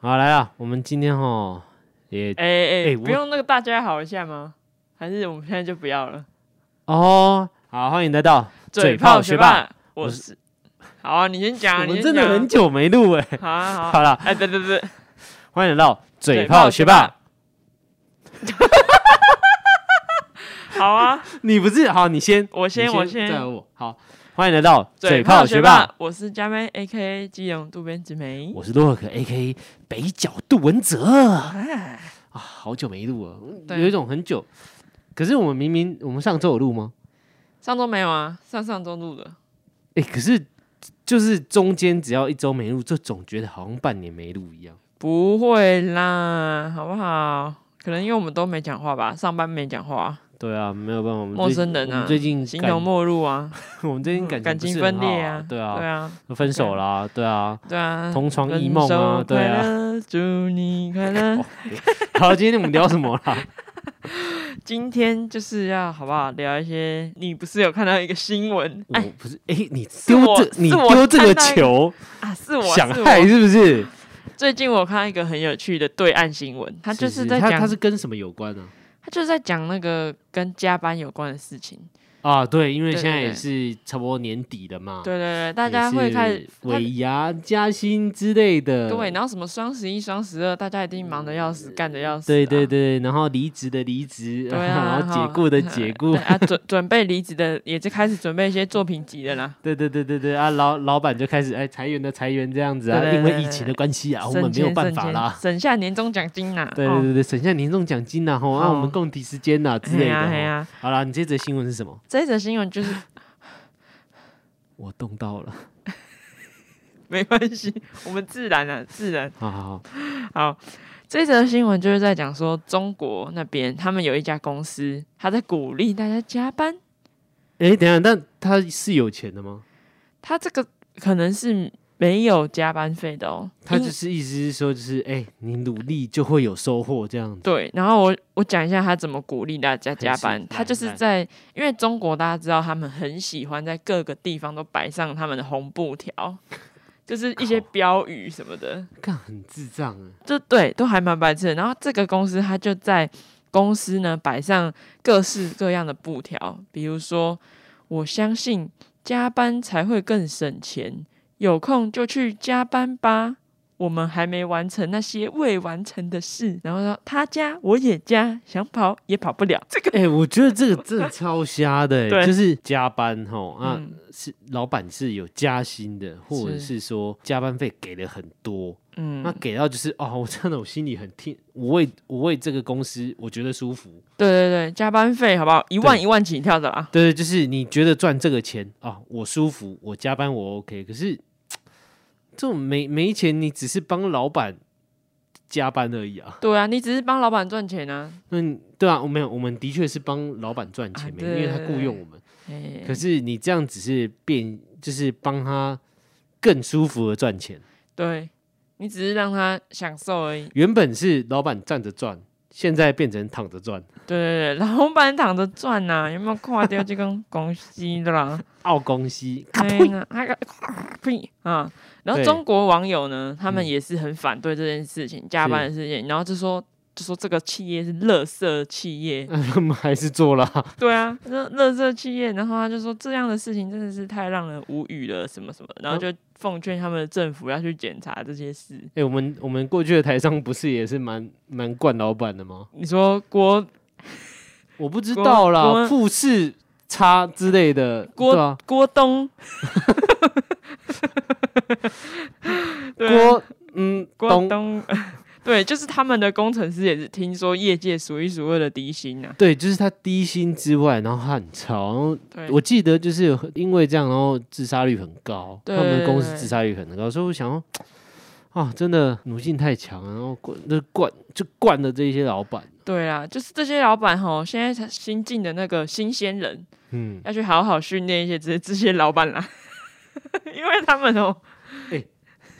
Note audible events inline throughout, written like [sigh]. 好，来了，我们今天哈也哎哎、哎我不用那个大家好一下吗？还是我们现在就不要了？哦，好，欢迎来到嘴炮学霸霸，我我是。好啊，你先讲啊，我你们先真的讲啊很久没录哎，好 [laughs] 啊好啊好了，哎，对对对，欢迎来到嘴炮学霸。好啊，你不是好，你先，我先我你先再来我好，欢迎来到嘴炮炮学学霸，霸，我是佳妹 A K A 基隆渡边直美。我是洛克 A K 北角杜文泽啊，好久没录了，哎对有一种很久。可是我们明明我们上周有录吗？上周没有啊，上上周录的。哎，可是就是中间只要一周没录，就总觉得好像半年没录一样。不会啦，好不好？可能因为我们都没讲话吧，上班没讲话，对啊，没有办法，我们陌最生人啊我们最近形感同陌路啊，我们最近感感情情不是很分裂好啊，对对啊，啊，分手啦，对啊，对啊，同床异分梦啊，手对快啊。哦乐，祝你快 [laughs] 乐。好，今天我们聊什么 [laughs] 啦？今天就是要好不好聊一些？你不是有看到一个新闻？我哎不是，哎，你是丢我这你是我丢这看个到一个球，啊，是我想是害我。是不是？ [laughs] 最近我看到一个很有趣的对岸新闻，他就是在他讲，他是跟什么有关呢？他就是在讲那个跟加班有关的事情。啊，对，因为对现在对也对是差不多年底了嘛，对对对，大也家会是开始他尾牙加薪之类的，嗯对，然后什么双十一、双十二，大家一定忙得要死，干得要死、啊对对。对，然后离职的离职，对啊， [laughs] 然后解雇的解雇 [laughs] 对，啊，准准备离职的也是开始准备一些作品集的啦。对对对对对啊，老老板就开始哎裁员的裁员这样子啊，对对对因为疫情的关系啊，我们省没有钱办省法钱，啦。省下年终奖金啦。对哦对对对，省下年终奖金呐，吼，让啊我们哦共体时间呐之类嘿呀的哦嘿吼。呀，好啦，你这则新闻是什么？这则新闻就是 [laughs] 我冻到了， [laughs] 没关系，我们自然啊，自然好好好，好。这则新闻就是在讲说，中国那边他们有一家公司，他在鼓励大家加班。哎，等一下，那他是有钱的吗？他这个可能是没有加班费的哦。他因就是意思是说，就是哎、你努力就会有收获这样子。对，然后我我讲一下他怎么鼓励大家加是班。他就来是来在因为中国大家知道他们很喜欢在各个地方都摆上他们的红布条， [laughs] 就是一些靠标语什么的。看很智障啊！就对，都还蛮白痴的。然后这个公司它就在公司呢摆上各式各样的布条，比如说我相信加班才会更省钱，有空就去加班吧。我们还没完成那些未完成的事，然后说他加我也加，想跑也跑不了。这个哎、我觉得这个真的超瞎的、欸，对就是加班吼啊，嗯是老板是有加薪的，或者是说加班费给了很多，那嗯，给到就是哦，我真的我心里很替， [laughs] 我为我为这个公司我觉得舒服。对对对，加班费好不好？一万对一万起跳的啦。对，就是你觉得赚这个钱啊、我舒服，我加班我 OK，可是这种没没钱，你只是帮老板加班而已啊。 [laughs] 对啊，你只是帮老板赚钱啊。那你对啊，我没有，我们的确是帮老板赚钱，啊没、对因为他对雇对佣我们。哎可是你这样只是变，就是帮他更舒服的赚钱。对你只是让他享受而已。原本是老板站着赚，现在变成躺着赚。对对对，老板躺着赚呐、有没有垮掉这根公司的啦？澳公 [laughs] 司，哎呀，那个 [laughs] 呸啊！然后对中国网友呢，他们嗯也是很反对这件事情，加班的事情，然后就说就说这个企业是垃圾 [laughs] 企业，我们还是做了啊。对啊，这垃圾企业，然后他就说这样的事情真的是太让人无语了，什么什么的，然后就奉劝他们的政府要去检查这些事。哎、我们我们过去的台商不是也是蛮蛮惯老板的吗？你说郭我不知郭道啦，郭富士差之类的，郭对啊，郭东， [laughs] 对啊郭嗯郭东东， [laughs] 对，就是他们的工程师也是听说业界数一数二的低薪啊。对，就是他低薪之外，然后他很吵，然后对，我记得就是有因为这样，然后自杀率很高，对他们的公对司对自杀率很高，所以我想说，啊，真的奴性太强啊了，然后惯就惯就惯了这些老板，对啦，就是这些老板吼，现在才新进的那个新鲜人嗯，要去好好训练一些这这些老板啦， [laughs] 因为他们哦，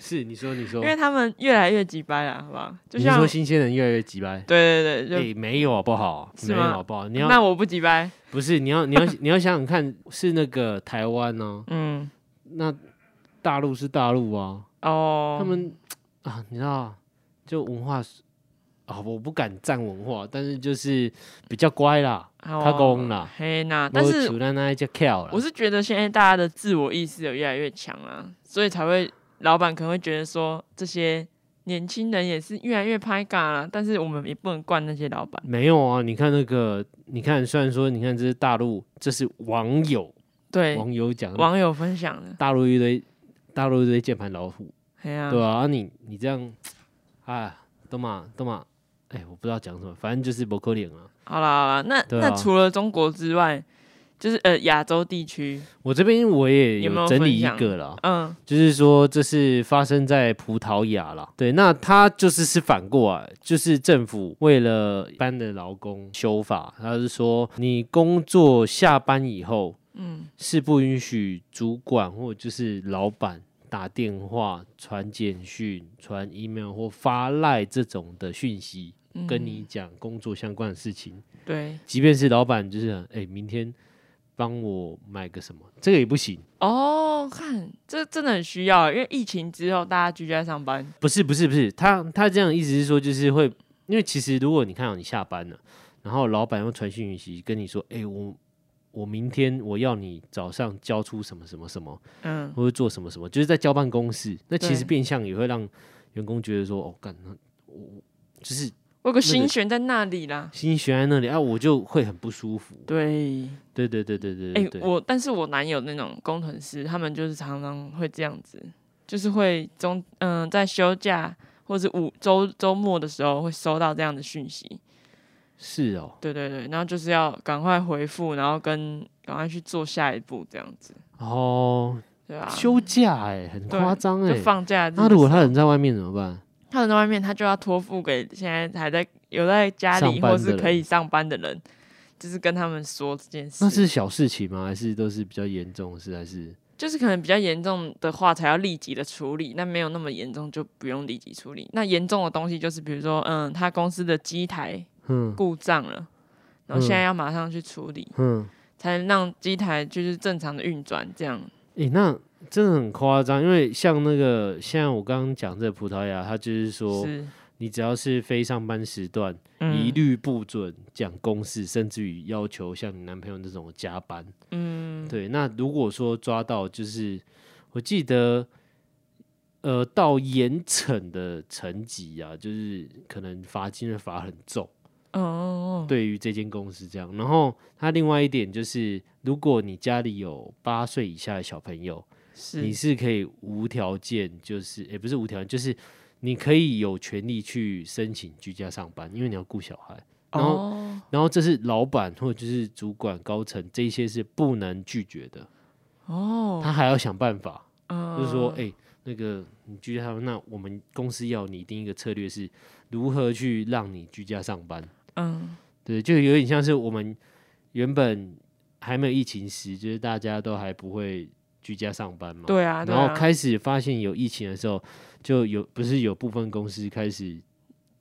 是你说你说因，为他们越来越急掰啦，好不好？就你是像说新鲜人越来越急掰？对对哎、对，没有好不好？是没有吗好不好？你就那要我不急掰，不是你要你 [laughs] 要你要想想看，是那个台湾呢、嗯，那大陆是大陆啊，哦，他们啊，你知道就文化啊、我不敢赞文化，但是就是比较乖啦，好哦他公啦，嘿那，但是那那一叫 k 啦我，是觉得现在大家的自我意识有越来越强啊，所以才会老板可能会觉得说这些年轻人也是越来越拍嘎啦，但是我们也不能惯那些老板，没有啊，你看那个，你看虽然说你看这是大陆，这是网友对网友讲的，网友分享的，大陆一堆大陆一堆键盘老虎，哎呀、对啊，啊你你这样，哎，都嘛都嘛，哎、我不知道讲什么，反正就是不可脸啊。好啦好啦，那、对啊那除了中国之外，就是呃亚洲地区，我这边我也有没有整理一分享个啦，嗯，就是说这是发生在葡萄牙啦。对，那它就是是反过来，就是政府为了一般的劳工修法，它是说你工作下班以后，嗯，是不允许主管或就是老板。打电话、传简讯、传 email 或发赖这种的讯息，嗯跟你讲工作相关的事情，对即便是老板，就是哎、明天帮我买个什么，这个也不行。哦，看这真的很需要，因为疫情之后大家居家上班，不是不是不是，他他这样意思是说，就是会，因为其实如果你看到你下班了，然后老板又传讯息跟你说，哎、我我明天我要你早上交出什么什么什么，嗯，或者做什么什么，就是在交办公室，那其实对变相也会让员工觉得说，哦，干，那我我就是我有那个个心悬在那里啦。心悬在那里啊，我就会很不舒服。对，对对对对对哎、对对，我但是我男友那种工程师，他们就是常常会这样子，就是会中嗯、在休假或是五周周末的时候会收到这样的讯息，是哦。对对对，然后就是要赶快回复，然后跟赶快去做下一步这样子，哦，对吧、休假哎、很对夸张哎就。放假日的时候，那如果他人在外面怎么办？他人在外面，他就要托付给现在还在有在家上里班或的是可以上班的人，就是跟他们说这件事，那是小事情吗？还是都是比较严重的事？还是就是可能比较严重的话才要立即的处理，那没有那么严重就不用立即处理。那严重的东西就是比如说，嗯，他公司的机台嗯故障了，然后现在要马上去处理，嗯，才能让机台就是正常的运转。这样，诶、那真的很夸张，因为像那个现在我刚刚讲这个葡萄牙，它就是说是，你只要是非上班时段，一嗯律不准讲公事，甚至于要求像你男朋友那种加班。嗯，对，那如果说抓到，就是我记得，呃，到严惩的层级啊，就是可能罚金会罚很重。哦哦，哦，对于这间公司这样。然后他另外一点就是，如果你家里有八岁以下的小朋友，你是，是可以无条件，就是也、不是无条件，就是你可以有权利去申请居家上班，因为你要顾小孩。然后哦，然后这是老板或者就是主管高层这一些是不能拒绝的，哦，他还要想办法，嗯就是说，哎、那个你居家上班，那我们公司要拟定一个策略是如何去让你居家上班。嗯，对，就有点像是我们原本还没有疫情时，就是大家都还不会居家上班嘛。、对啊，对然后啊，开始发现有疫情的时候，就有不是有部分公司开始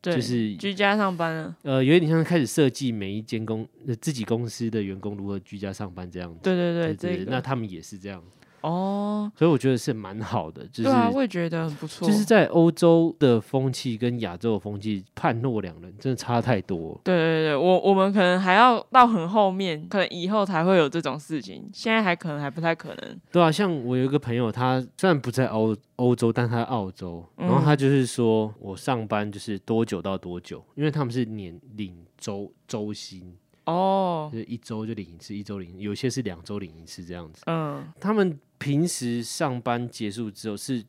对就是居家上班了。呃，有点像开始设计每一间公、呃、自己公司的员工如何居家上班这样子。对对对，这对，那个他们也是这样，哦，所以我觉得是蛮好的，就是、对啊，我也觉得很不错。就是在欧洲的风气跟亚洲的风气判若两人，真的差太多了。对对对，我我们可能还要到很后面，可能以后才会有这种事情，现在还可能还不太可能。对啊，像我有一个朋友，他虽然不在欧欧洲，但他在澳洲，然后嗯他就是说我上班就是多久到多久，因为他们是年领周周薪，哦就，是一周就领一次，一周领，有些是两周领一次这样子。嗯，他们平时上班结束之后是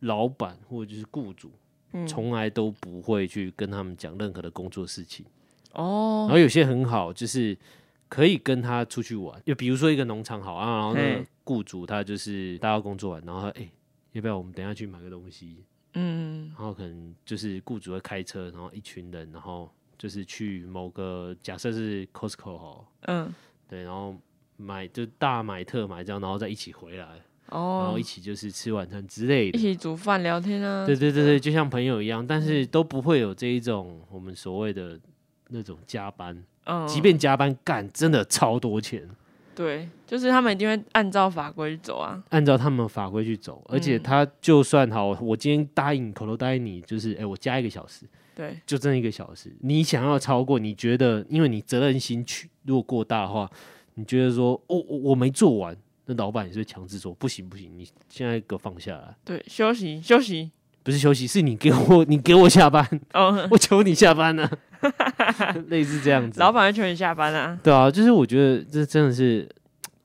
老板或者就是雇主，嗯从来都不会去跟他们讲任何的工作事情。然哦，后有些很好，就是可以跟他出去玩，就比如说一个农场好啊，然后那个嘿雇主他就是大家工作完，然后哎、诶要不要我们等一下去买个东西？嗯然后可能就是雇主会开车，然后一群人，然后就是去某个假设是 Costco 好，嗯，对，然后买就大买特买这样，然后再一起回来，然后哦一，起就是吃晚餐之类一的。起煮饭聊天啊。对对对对，就像朋友一样，但是都不会有这一种我们所谓的那种加班。嗯，即便加班干，真的超多钱。对，就是他们一定会按照法规走啊。按照他们法规去走，而且嗯他就算好，我今天答应口头答应你，就是哎、我加一个小时，对，就真的一个小时。你想要超过，你觉得因为你责任心去如果过大的话，你觉得说哦我我没做完，那老板也是会强制说不行不行，你现在给我放下来，对，休息休息。不是休息，是你给我 [laughs] 你给我下班，哦，我求你下班了、 [laughs] 类似这样子。 [laughs] 老板会求你下班啊。对啊，就是我觉得这真的是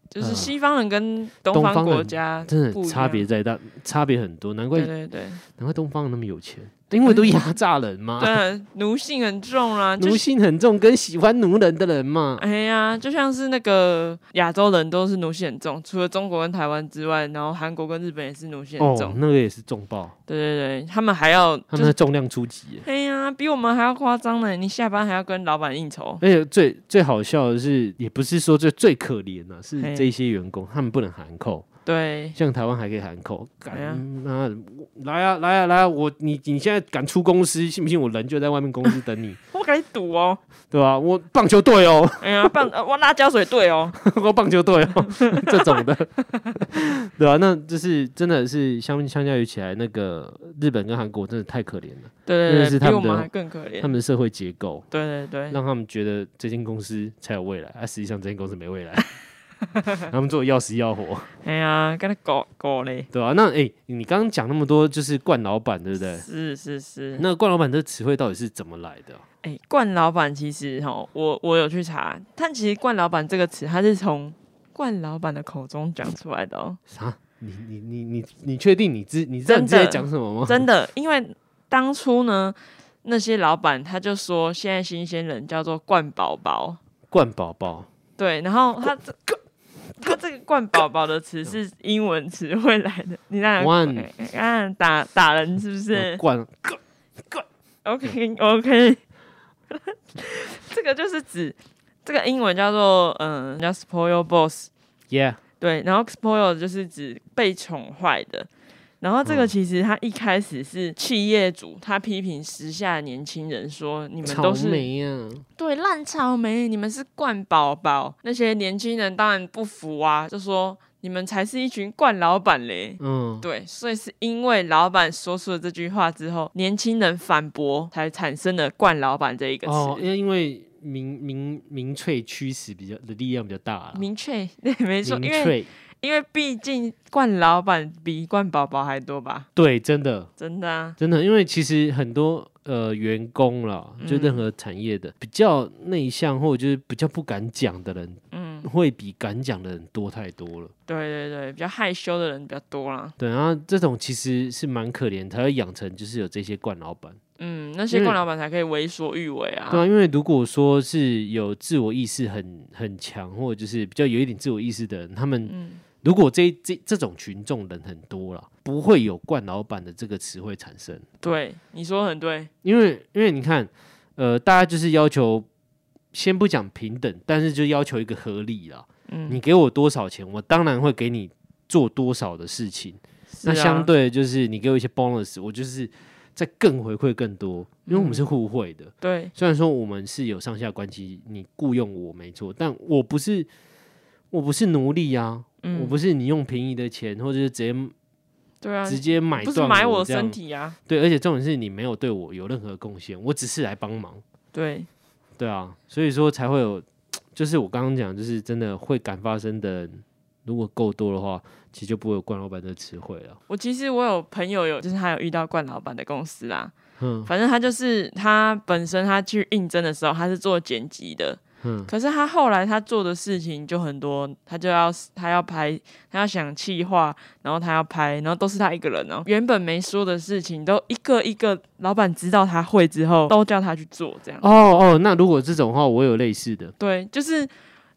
就是嗯西方人跟东东方方国人家真不的一差样别在大，差别很多，难怪对对对，难怪东方人那么有钱，因为都压榨人嘛。 [laughs] 对啊，奴性很重啊。就奴是性很重，跟喜欢奴人的人嘛，哎呀，就像是那个亚洲人都是奴性很重，除了中国跟台湾之外，然后韩国跟日本也是奴性很哦，重。那个也是重爆，对对对，他们还要他就们的是，重量出击耶。哎呀，比我们还要夸张呢。你下班还要跟老板应酬，而且最最好笑的是，也不是说最最可怜啊，是嘿这些员工他们不能喊扣，对像台湾还可以喊扣，哎呀敢妈的我来啊来啊来啊！我你你现在敢出公司，信不信我人就在外面公司等 [laughs] 你，我敢赌哦。对吧、我棒球队哦，哎呀，棒，呃哇，辣椒水队 [laughs] 哦。我棒球队 [laughs] 哦，这种的，对啊，那就是真的是相相较于起来，那个日本跟韩国真的太可怜了，对那对是对，他比我们的们还更可怜他。们的社会结构。对对对，让他们觉得这间公司才有未来，啊，实际上这间公司没未来， [laughs] 他们做得要死要活，哎呀，跟他搞搞嘞。对吧、那诶，你刚刚讲那么多，就是冠老板，对不对？是是是。那冠老板这个词汇到底是怎么来的？哎、冠老板其实哈，我我有去查，但其实“冠老板”这个词，它是从冠老板的口中讲出来的哦，啥？你你你你你确定你知你知道你自己在讲什么吗？真的，因为当初呢，那些老板他就说，现在新鲜人叫做“冠宝宝冠宝宝，”，对，然后他这他这个“冠宝宝”的词是英文词汇来的，你那冠看打打人是不呃是冠？OK OK，这个就是指这个英文叫做嗯叫 “spoil boss”。 ，Yeah，对，然后 spoil 就是指被宠坏的。然后这个嗯其实他一开始是企业主，他批评时下的年轻人说：“你们草都是莓啊，对烂草莓，你们是惯宝宝。”那些年轻人当然不服啊，就说：“你们才是一群惯老板嘞。”嗯，对，所以是因为老板说出了这句话之后，年轻人反驳，才产生了“惯老板”这一个词。哦，因为因为民民民粹驱使比较的力量比较大了，明确， [laughs] 对，没错，因民为粹，因为毕竟惯老板比惯宝宝还多吧，对，真的，真的啊。真的，因为其实很多呃员工啦，就嗯任何产业的、比较内向或者就是比较不敢讲的人，嗯，会比敢讲的人多太多了。对对对，比较害羞的人比较多啦。对，然后这种其实是蛮可怜，才会养成就是有这些惯老板，嗯，那些因为惯老板才可以为所欲为啊。对啊，因为如果说是有自我意识很很强，或者就是比较有一点自我意识的人，他们嗯，如果这这这种群众人很多了，不会有惯老板的这个词汇产生。对，你说得很对。因为因为你看，呃，大家就是要求，先不讲平等，但是就要求一个合理啦。嗯，你给我多少钱，我当然会给你做多少的事情。是那啊相对就是你给我一些 bonus，我就是再更回馈更多，因为我们是互惠的。对，虽然说我们是有上下关系，你雇佣我没错，但我不是我不是奴隶啊，嗯，我不是你用便宜的钱或者是直接对啊，直接买不是断买我我这样身体啊。对，而且重点是你没有对我有任何贡献，我只是来帮忙。对，对啊，所以说才会有，就是我刚刚讲，就是真的会敢发生的人，如果够多的话，其实就不会有惯老板这个词汇了。我其实我有朋友有，就是他有遇到惯老板的公司啦。嗯反正他就是他本身他去应征的时候，他是做剪辑的，嗯，可是他后来他做的事情就很多，他就要他要拍，他要想企划，然后他要拍，然后都是他一个人哦。原本没说的事情，都一个一个老板知道他会之后，都叫他去做，这样。哦哦，那如果这种话，我有类似的，对，就是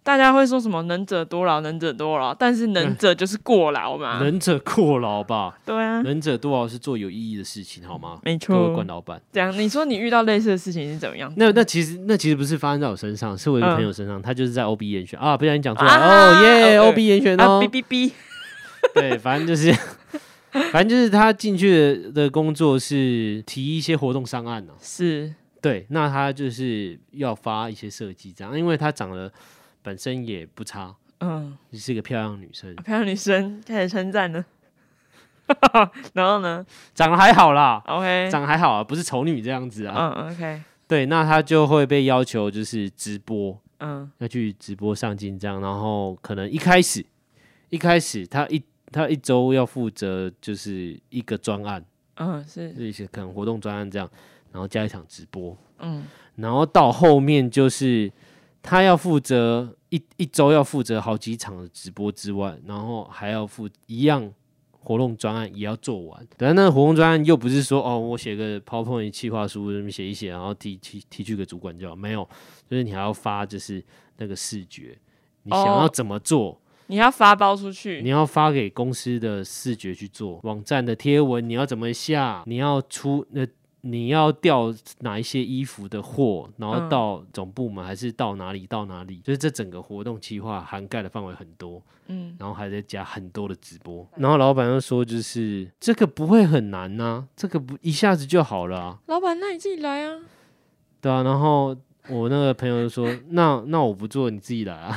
大家会说什么“能者多劳，能者多劳”，但是能者就是过劳嘛。能者过劳吧，对啊，嗯能者多劳是做有意义的事情，好吗？没各位错冠。老板，这样，你说你遇到类似的事情是怎么样？那那其实那其实不是发生在我身上，是我一个嗯朋友身上，他就是在 OB 严选啊，不小心讲出来，啊哦耶哦，OB 严选啊，哦哔，哔哔，对，反正就是， [laughs] 反正就是他进去的工作是提一些活动商案呢、啊是，对，那他就是要发一些设计这样，因为他长得本身也不差，嗯，你是一个漂亮女生，漂亮女生开始称赞了， [laughs] 然后呢长得还好啦， ？OK，长得还好啊，不是丑女这样子啊。嗯，OK，对，那她就会被要求就是直播，嗯要去直播上进这样，然后可能一开始一开始她一她一周要负责就是一个专案，嗯是就是一些可能活动专案这样，然后加一场直播，嗯然后到后面就是他要负责一一周要负责好几场的直播之外，然后还要负一样活动专案也要做完。但那个活动专案又不是说哦，我写个 PowerPoint 企划书这么写一写，然后提提提去给主管就好，没有，就是你还要发就是那个视觉，你想要哦怎么做。你要发包出去，你要发给公司的视觉去做网站的贴文，你要怎么下？你要出呃，你要调哪一些衣服的货，然后嗯到总部门还是到哪里到哪里？就是这整个活动计划涵盖的范围很多，嗯然后还在加很多的直播。然后老板又说，就是这个不会很难呐、这个不一下子就好了、啊，老板那你自己来啊，对啊。然后我那个朋友就说，那那我不做，你自己来啊。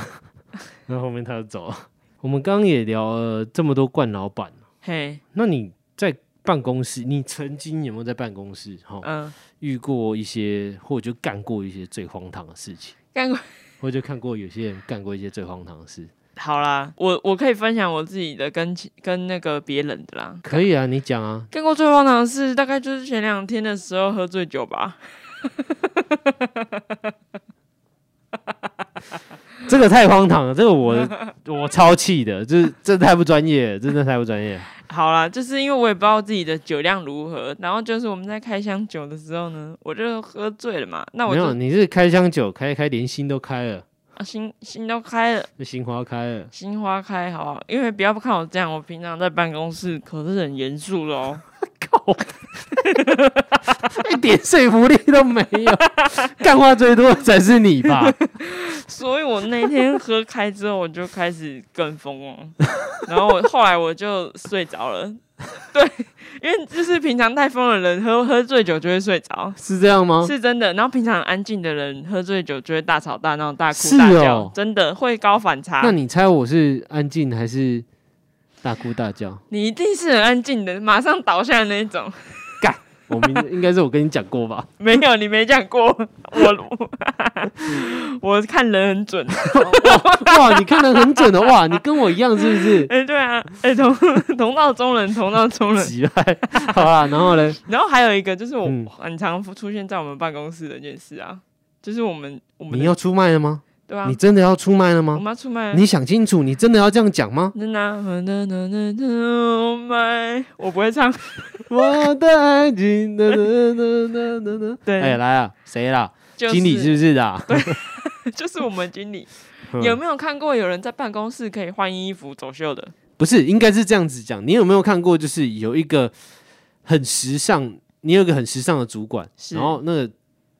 [laughs] 然后后面他就走了。 [laughs] 我们刚刚也聊了这么多惯老板。嘿，那你在办公室，你曾经有没有在办公室哈、嗯，遇过一些，或者就干过一些最荒唐的事情，干过或者就看过有些人干过一些最荒唐的 [laughs] 事？好啦，我我可以分享我自己的跟其跟那个别人的啦。可以啊，你讲啊，干过最荒唐的事，大概就是前两天的时候喝醉酒吧。这个太荒唐了，这个我 [laughs] 我超气的，就是这太不专业了，真的太不专业了。好啦，就是因为我也不知道自己的酒量如何，然后就是我们在开箱酒的时候呢，我就喝醉了嘛。那我没有，就、你是开箱酒开一开，连心都开了，啊、心心都开了，那心花开 [laughs] 了。心花开，好不好？因为不要看我这样，我平常在办公室可是很严肃的哦。 [laughs] 一哎点说服力都没 [laughs] 有，干话最多的才是你吧？所以我那天喝开之后，我就开始跟风哦， [laughs] 然后我后来我就睡着了。对，因为就是平常太疯的人喝喝醉酒就会睡着，是这样吗？是真的。然后平常很安静的人喝醉酒就会大吵大闹、大是哭大叫，哦真的会高反差。那你猜我是安静还是大哭大叫？你一定是很安静的，马上倒下的那一种。我明应该是我跟你讲过吧？没有，你没讲过我，我 [laughs] 我看人很准。哇，你看的很准的，哦哇，你跟我一样是不是？哎、对啊，哎、同 [laughs] 同道中人，同道中人。起来，好啦，然后嘞，然后还有一个就是我嗯很常出现在我们办公室的一件事啊，就是我们我们你的要出卖了吗？对吧、啊你？真的要出卖了我吗？们要出卖啊，？你想清楚，你真的要这样讲吗真的啊，Oh my，我不会唱，我的爱情，哒哒哒哒 [laughs] 哒哒。对哎，来啊，谁啦？就是经理是不是的啊？就是我们经理。 [laughs] 嗯有没有看过有人在办公室可以换衣服走秀的？不是，应该是这样子讲。你有没有看过，就是有一个很时尚，你有一个很时尚的主管，是然后那个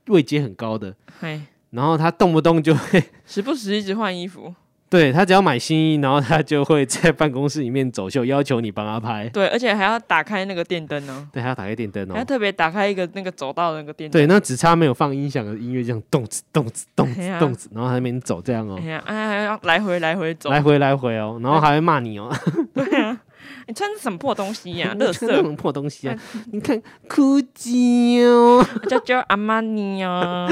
位阶很高的，哎，然后他动不动就会时不时一直换衣服，对他只要买新衣，然后他就会在办公室里面走秀，要求你帮他拍。对，而且还要打开那个电灯呢、对，还要打开电灯还要哦。特别打开一个那个走道的那个电灯。对，那只差没有放音响的音乐，这样动次动次动哎次呀动次，然后还在那边走这样哦哎，呀，哎呀，要来回来回走，来回来回哦，然后还会骂你哦，你穿什么破东西哎 [laughs] 呀、哎那乐什色，么破东西啊！你看，哭鸡哦， [laughs] [laughs] 叫叫阿玛尼啊。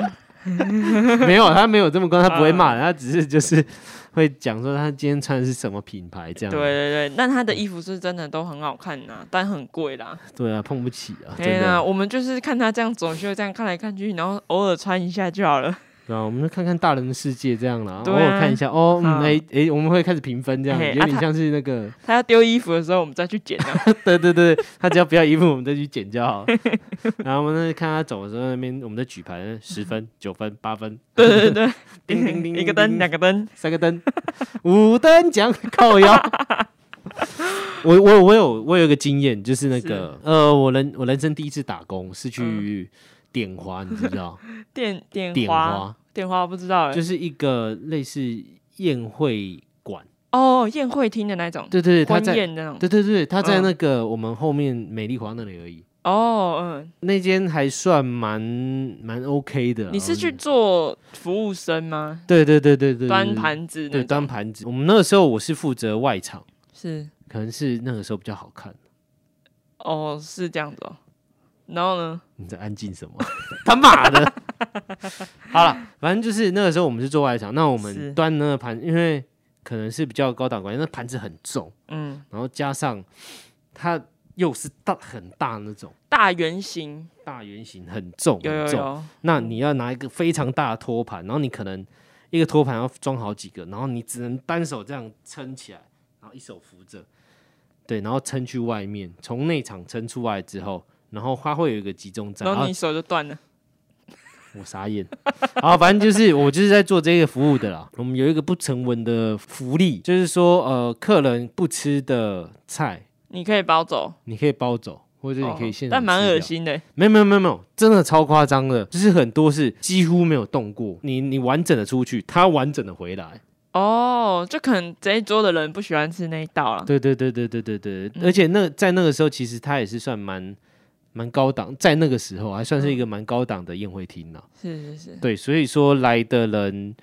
没有，他没有这么高，他不会骂人，他只是就是会讲说他今天穿的是什么品牌这样。对对对，但他的衣服是真的都很好看呐、但很贵啦。对啊，碰不起啊，哎真呀，的。我们就是看他这样走秀，这样看来看去，然后偶尔穿一下就好了。 [laughs] 对啊，我们就看看大人的世界这样啦，偶对啊尔看一下哦，嗯好哎哎，我们会开始评分这样，嘿有啊点他像是那个。 [laughs] 他要丢衣服的时候，我们再去捡啊。对对对，他只要不要衣服，我们再去捡就 [laughs] 好。然后我们看他走的时候，那边我们的举牌十分、九分、八分，对对对叮 [laughs] 叮叮，对，一个灯，两个灯，三个灯， [laughs] 五灯奖靠 [laughs] 腰。我我我有我有一个经验，就是那个呃，我人我人生第一次打工是嗯去点花，你知不知 [laughs] 道？电电点花，花电花不知道哎、就是一个类似宴会馆，哦，宴会厅的那种，对对对，他婚在宴的那种。对对对，他在嗯那个我们后面美丽华那里而已。哦，嗯，那间还算蛮蛮 OK 的啦。你是去嗯做服务生吗？对对对对对端对盘子那嗯对种端盘子。我们那个时候我是负责外场，是可能是那个时候比较好看。哦，是这样子哦。然后呢？你在安静什 [laughs] 么？他妈的！ [laughs] 好了，反正就是那个时候我们是做外场，那我是们端那个盘，因为可能是比较高档管理，那盘子很重，嗯，然后加上它又是大很大那种大圆形大圆形，很重有有很重。有，那你要拿一个非常大的托盘，然后你可能一个托盘要装好几个，然后你只能单手这样撑起来，然后一手扶着，对，然后撑去外面，从内场撑出来之后，然后它会有一个集中站，啊然然后后你手就断了。我傻眼。好，反正就是我就是在做这个服务的啦。我们有一个不成文的福利，就是说，呃，客人不吃的菜，你可以包走，你可以包走，或者你哦可以现场、但蛮恶。心的。没有没有没有没有，真的超夸张的，就是很多是几乎没有动过。你你完整的出去，他完整的回来。哦，就可能这一桌的人不喜欢吃那一道了。对对对对对对对，而且那在那个时候，其实他也是算蛮。蛮高档，在那个时候还算是一个蛮高档的宴会厅啦。是是是，对，所以说来的人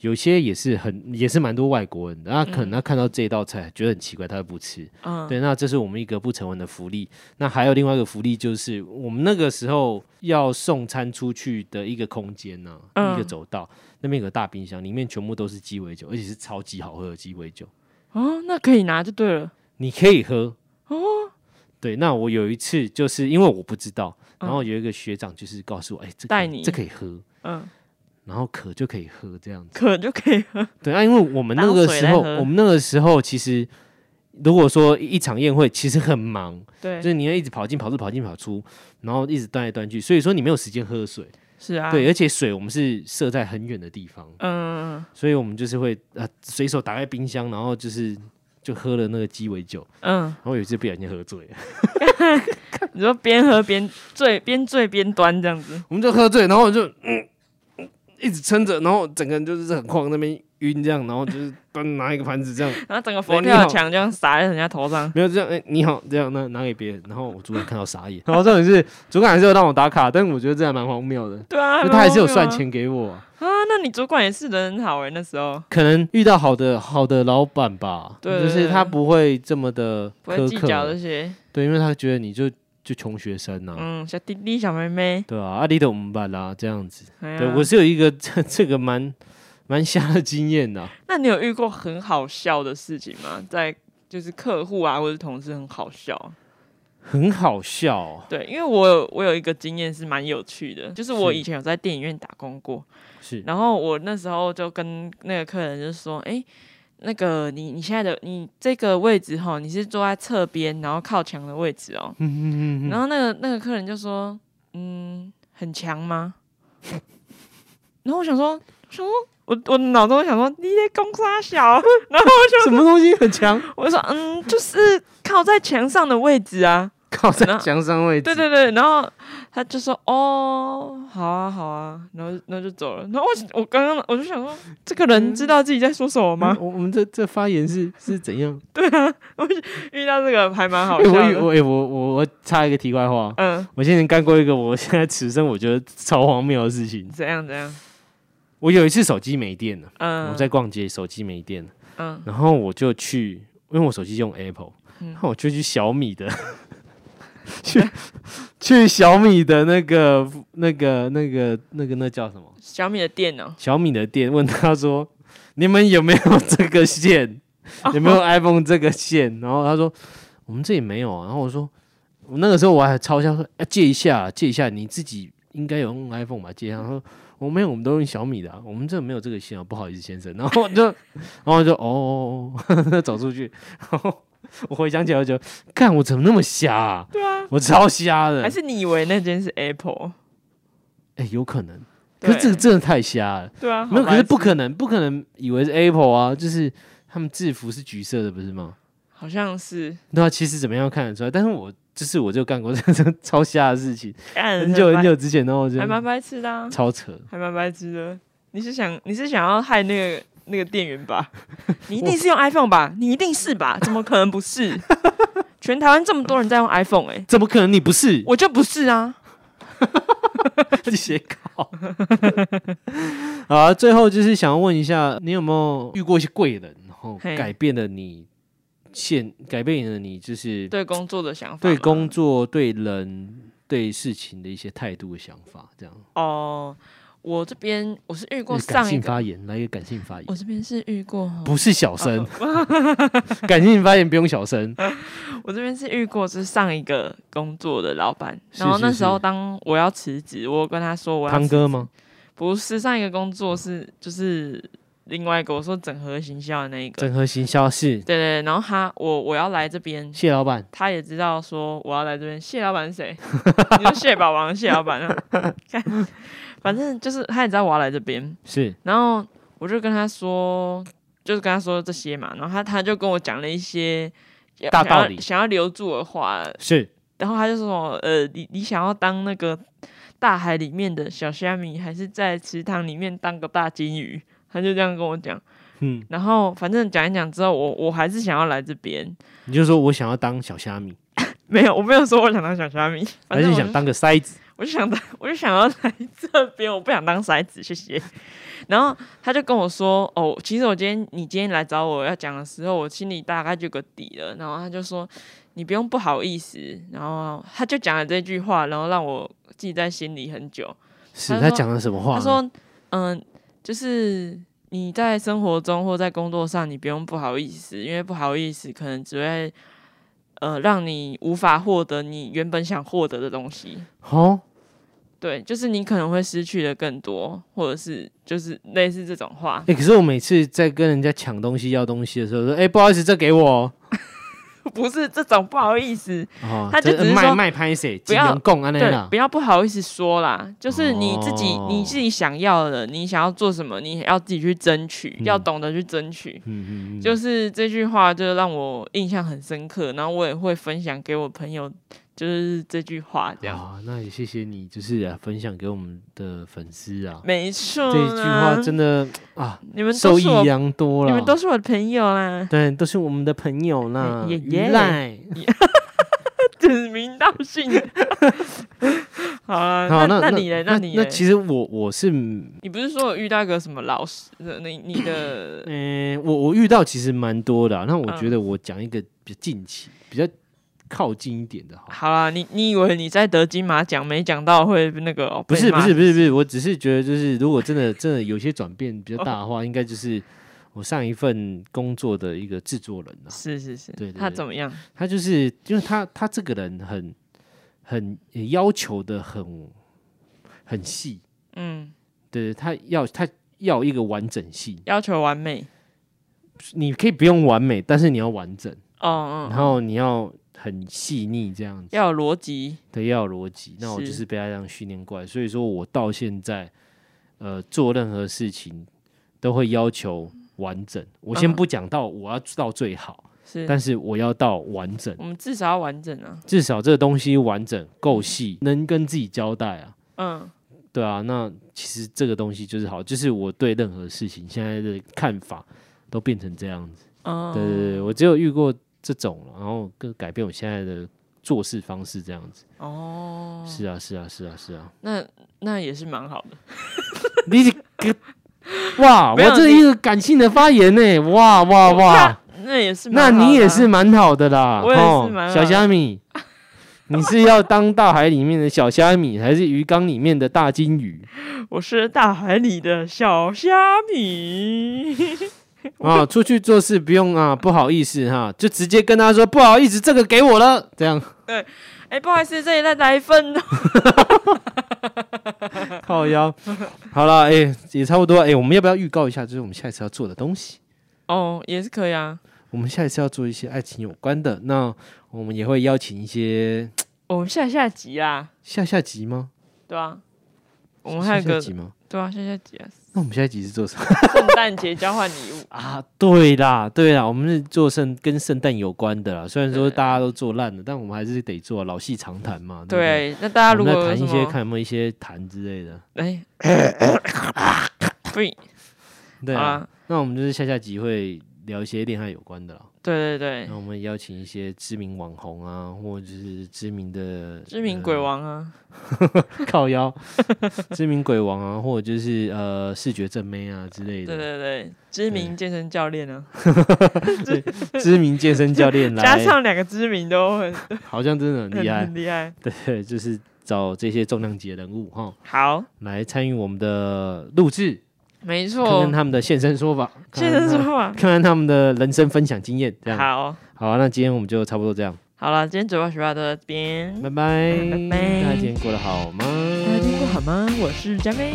有些也是很也是蛮多外国人的，啊那可能他看到这道菜觉得很奇怪，他就不吃。嗯，对，那这是我们一个不成文的福利。那还有另外一个福利就是，我们那个时候要送餐出去的一个空间呢、一个嗯走道那边有个大冰箱，里面全部都是鸡尾酒，而且是超级好喝的鸡尾酒，哦，那可以拿就对了。你可以喝哦。对，那我有一次就是因为我不知道，然后有一个学长就是告诉我，哎、这可嗯带以你这可以喝，嗯，然后渴就可以喝这样子。可就可以喝。对啊，因为我们那当个水时来候，喝我们那个时候其实，如果说一场宴会，其实很忙，对就，是你要一直跑进跑出、跑进跑出，然后一直端来端去，所以说你没有时间喝水。是啊，对，而且水我们是设在很远的地方，嗯，嗯所以我们就是会呃随手打开冰箱，然后就是就喝了那个鸡尾酒，嗯， [laughs] 然后有一次不小心喝醉了，嗯你说边喝边醉，边醉边端这样 [laughs] 子。我们就喝醉，然后我就嗯嗯一直撑着，然后整个人就是很晃那边晕这样，然后就是端拿一个盘子这样。然后整个佛跳哎你好墙这样撒在人家头上。没有这样，哎、你好，这样那拿给别人，然后我主管看到傻眼，然后重点是主管还是有让我打卡，但我觉得这还蛮荒谬的，对啊，就他还是有算钱给我啊、啊。那你主管也是人很好哎、那时候可能遇到好的好的老板吧，对就是他不会这么的不会计苛较刻这，些。对，因为他觉得你就就穷学生呐、啊。嗯，小弟弟、小妹妹。对啊，阿里的我们班啦，这样子。哎呀对我是有一个 [laughs] 这这个蛮蛮瞎的经验啊 [laughs] 的、那你有遇过很好笑的事情吗？在就是客户啊，或者同事很好笑。很好笑、哦。对，因为我有我有一个经验是蛮有趣的，就是我是以前有在电影院打工过，是然后我那时候就跟那个客人就说，哎、那个你你现在的你这个位置哈，你是坐在侧边，然后靠墙的位置哦。嗯然后那个那个客人就说，嗯，很强 [laughs] 吗？然后我想说，想说我我脑中想说你在攻杀小，什么东西很 [laughs] 强？我就说嗯，就是靠在墙上的位置啊。靠在那墙上位置。对对对，然后他就说哦，好啊好啊，然后然后就走了。然后我我刚刚我就想说，这个人知道自己在说什么吗嗯？我我们这这发言是是怎样？遇到这个还蛮好欸笑 [laughs] 我以的。我欸我我我插一个题外话，嗯，我先前干过一个我现在此生我觉得超荒谬的事情。怎样怎样？我有一次手机没电了，嗯，我在逛街，手机没电了，嗯然后我就去，因为我手机用 Apple，嗯然后我就去小米的， [laughs] 去去小米的那个那个那个那个那叫什么？小米的店哦，小米的店问他说：“你们有没有这个线？哦有没有 iPhone 这个线？”然后他说：“我们这里没有啊。”然后我说：“我那个时候我还嘲笑说，啊、借一下，借一下，你自己应该有用 iPhone 吧？借一下。”他说：“我没有，我们都用小米的、啊，我们这没有这个线啊，不好意思，先生。”然后我就， [laughs] 然后我就哦哦哦哦，走出去，然后我回想起来我就， [laughs] 看我怎么那么瞎、啊？对啊，我超瞎的还。是你以为那间是 Apple？哎、有可能，可对是这个真的太瞎了。对啊，没有，好可是白不可能，不可能以为是 Apple 啊，就是他们制服是橘色的，不是吗？好像是对啊，其实怎么样看得出来？但是我就是我就干过这种超瞎的事情， [laughs] 干很久还很久之前，然后我就蛮，还蛮白痴的、啊，超扯。还蛮白痴的。你是想你是想要害那个 [laughs] [laughs] 那个店员吧？你一定是用 iPhone 吧？你一定是吧？怎么可能不是？全台湾这么多人在用 iPhone，哎、怎么可能你不是？我就不是啊。你 [laughs] 写稿。好啊，最后就是想要问一下，你有没有遇过一些贵人，然后嘿改变了你现改变了你就是对工作的想法吗，对工作、对人、对事情的一些态度、想法，这样。哦、我这边我是遇过感上一性个，发言，来一个感性发言我，这边是遇过哦，不是小声。 [laughs] 感性发言不用小声。 [laughs] 我这边是遇过是上一个工作的老板，是然后那是时候是当我要辞职，我有跟他说我要堂辞哥吗？不是上一个工作是就是另外一个，我说整合行销的那一个，整合行销是对对，对然后他我我要来这边，谢老板，他也知道说我要来这边，谢老板是谁？你说谢宝王、谢老板啊？看反正就是他也知道我要来这边，是然后我就跟他说，就是跟他说这些嘛，然后他他就跟我讲了一些大想要道理想要留住我的话，是然后他就说，呃，你你想要当那个大海里面的小虾米，还是在池塘里面当个大金鱼？他就这样跟我讲。嗯，然后反正讲一讲之后，我我还是想要来这边。你就说我想要当小虾米，没有，我没有说我想当小虾米，反还是正我想就当个筛子？我就想当， [laughs] 我就想要来这边，我不想当筛子，谢谢。然后他就跟我说：“哦，其实我今天你今天来找我要讲的时候，我心里大概就有个底了。”然后他就说：“你不用不好意思。”然后他就讲了这句话，然后让我记在心里很久。是他他说讲了什么话他呢？说：“嗯、就是你在生活中或在工作上，你不用不好意思，因为不好意思可能只会呃让你无法获得你原本想获得的东西。”哦，对，就是你可能会失去的更多，或者是就是类似这种话哎、，可是我每次在跟人家抢东西、要东西的时候，说，哎、不好意思，这给我哦。 [laughs] 不是这种不好意思，哦他就这只是卖说卖拍谁，不要金融共安啊那对，啦不。要不好意思说啦，就是你自己、哦你自己想要的，你想要做什么，你要自己去争取，嗯要懂得去争取。嗯嗯嗯，就是这句话，就让我印象很深刻，然后我也会分享给我朋友，就是这句话这样。啊，那也谢谢你，就是、啊、分享给我们的粉丝啊。没错这啦，一句话真的啊，你们受都益是我，良多你了。们都是我的朋友啦，对，都是我们的朋友啦。耶依耶赖指名道 [laughs] 姓。好了，好，那那你嘞？那你那嘞？其实我我是，嗯、你不是说有遇到一个什么老师？呃你你的呃我我遇到其实蛮多的啊、那我嗯觉得我讲一个比较近期、比较靠近一点的好了。好啦，你你以为你在得金马奖没讲到会那个、哦？不被是不骂是不是不是，我只是觉得就是，如果真的真的有些转变比较哦大的话，应该就是我上一份工作的一个制作人啊，是是是，对对他对怎么样？他就是因为他他这个人很很要求的很很细，嗯，对他要他要一个完整性，要求完美。你可以不用完美，但是你要完整，哦然嗯，后你要很细腻这样子，要有逻辑。对，要有逻辑。那我就是是被他这样训练过来，所以说我到现在，呃，做任何事情都会要求完整。我先嗯不讲到我要到最好，是，但是我要到完整，我们至少要完整啊。至少这个东西完整够细，能跟自己交代啊。嗯，对啊，那其实这个东西就是好，就是我对任何事情现在的看法都变成这样子。哦、对对对，我只有遇过这种，然后更改变我现在的做事方式这样子。哦，是啊，是啊，是啊，是啊。 [laughs] 那那也是蛮好的。你个哇，我没有这你一个感性的发言呢，哇哇哇，那，那也是蛮那好的啊，你也是蛮好的啦，我也是齁蛮好的小虾米，你是要当大海里面的小虾米，还是鱼缸里面的大金鱼我是大海里的小虾米。 [laughs] 啊？出去做事不用啊，不好意思哈，就直接跟他说不好意思，这个给我了，这样哎、不好意思，这里再来一份。靠 [laughs] 腰。好了，哎、也差不多，哎、我们要不要预告一下，就是我们下一次要做的东西？哦，也是可以啊。我们下一次要做一些爱情有关的，那我们也会邀请一些我们下下集啊，下下集吗？对啊，我们还有下下个集吗？对啊，下下集啊，那我们下一集是做什么圣诞节交换礼物。啊？对啦，对啦，我们是做圣跟圣诞有关的啦。虽然说对大家都做烂了，但我们还是得做，老戏常谈嘛。对不对，对，那大家如我果们再有谈什一些，么看有没有一些谈之类的。哎，不，对 [laughs] 啊，好啦，啊那我们就是下下集会聊一些恋爱有关的啦。对对对那，我们邀请一些知名网红啊，或者是知名的知名鬼王啊，呃 [laughs] 靠腰，知名鬼王啊，或者就是呃视觉正妹啊之类对的，对对，知名健身教练啊，知名健身教练加嗯来，上嗯两个知名都很好像真的很厉很害很。厉害。 [laughs] 对，就是找这些重量级的人物哈，好，来参与我们的录制，没看错看，他们的现身说法，确看看实他哦说话。看看他们的人生分享经验，这样好，好啊、那今天我们就差不多这样，好了，今天嘴巴学霸到这边，拜拜，拜拜大家今天过得好吗？大家听过好吗？我是佳飞，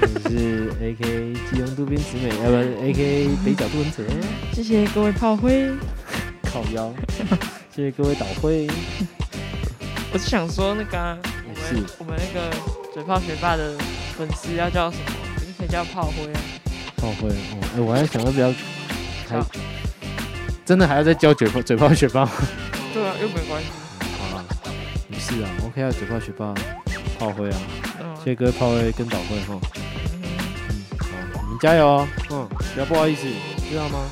我是 A K 基隆渡边直美，呃，不，A K 北角渡文哲，谢谢各位炮灰。靠 [laughs] 腰，谢谢各位导会，我是想说那个啊、我们是我们那个嘴炮学霸的粉丝要叫什么？就是可以叫炮灰啊，导会，哦，哎、我还想要不要还真的还要再教嘴炮嘴炮学霸吗？对啊，又没关系。好啦，不是啊，OK 啊，嘴炮学霸，炮灰啊，嗯谢谢各位炮灰跟导会哈，嗯哼嗯，好，你们加油哦，嗯，不要不好意思，知道吗？